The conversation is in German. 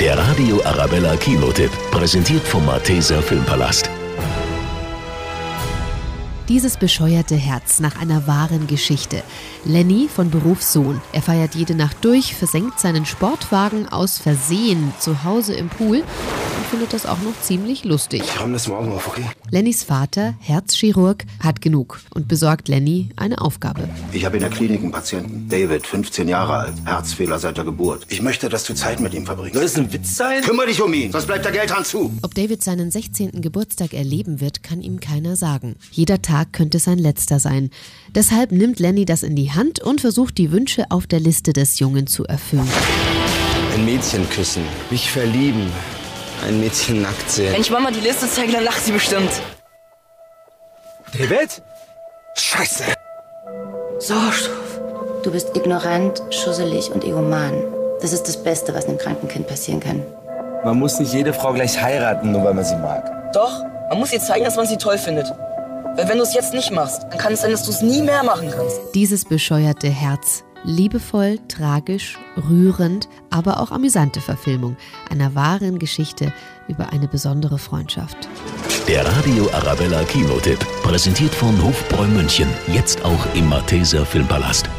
Der Radio Arabella Kinotipp, präsentiert vom Malteser Filmpalast. Dieses bescheuerte Herz nach einer wahren Geschichte. Lenny von Berufssohn. Er feiert jede Nacht durch, versenkt seinen Sportwagen aus Versehen zu Hause im Pool und findet das auch noch ziemlich lustig. Ich räume das morgen auf, okay? Lennys Vater, Herzchirurg, hat genug und besorgt Lenny eine Aufgabe. Ich habe in der Klinik einen Patienten. David, 15 Jahre alt, Herzfehler seit der Geburt. Ich möchte, dass du Zeit mit ihm verbringst. Soll das ein Witz sein? Kümmere dich um ihn, sonst bleibt der Geldhahn zu. Ob David seinen 16. Geburtstag erleben wird, kann ihm keiner sagen. Jeder Tag könnte sein letzter sein. Deshalb nimmt Lenny das in die Hand und versucht, die Wünsche auf der Liste des Jungen zu erfüllen. Ein Mädchen küssen, mich verlieben, ein Mädchen nackt Wenn sehen. ich Mama die Liste zeige, dann lacht sie bestimmt. David? Scheiße! Sauerstoff. Du bist ignorant, schusselig und egoman. Das ist das Beste, was einem kranken Kind passieren kann. Man muss nicht jede Frau gleich heiraten, nur weil man sie mag. Doch, man muss ihr zeigen, dass man sie toll findet. Weil wenn du es jetzt nicht machst, dann kann es sein, dass du es nie mehr machen kannst. Dieses bescheuerte Herz. Liebevoll, tragisch, rührend, aber auch amüsante Verfilmung einer wahren Geschichte über eine besondere Freundschaft. Der Radio Arabella Kinotipp, präsentiert von Hofbräu München, jetzt auch im Malteser Filmpalast.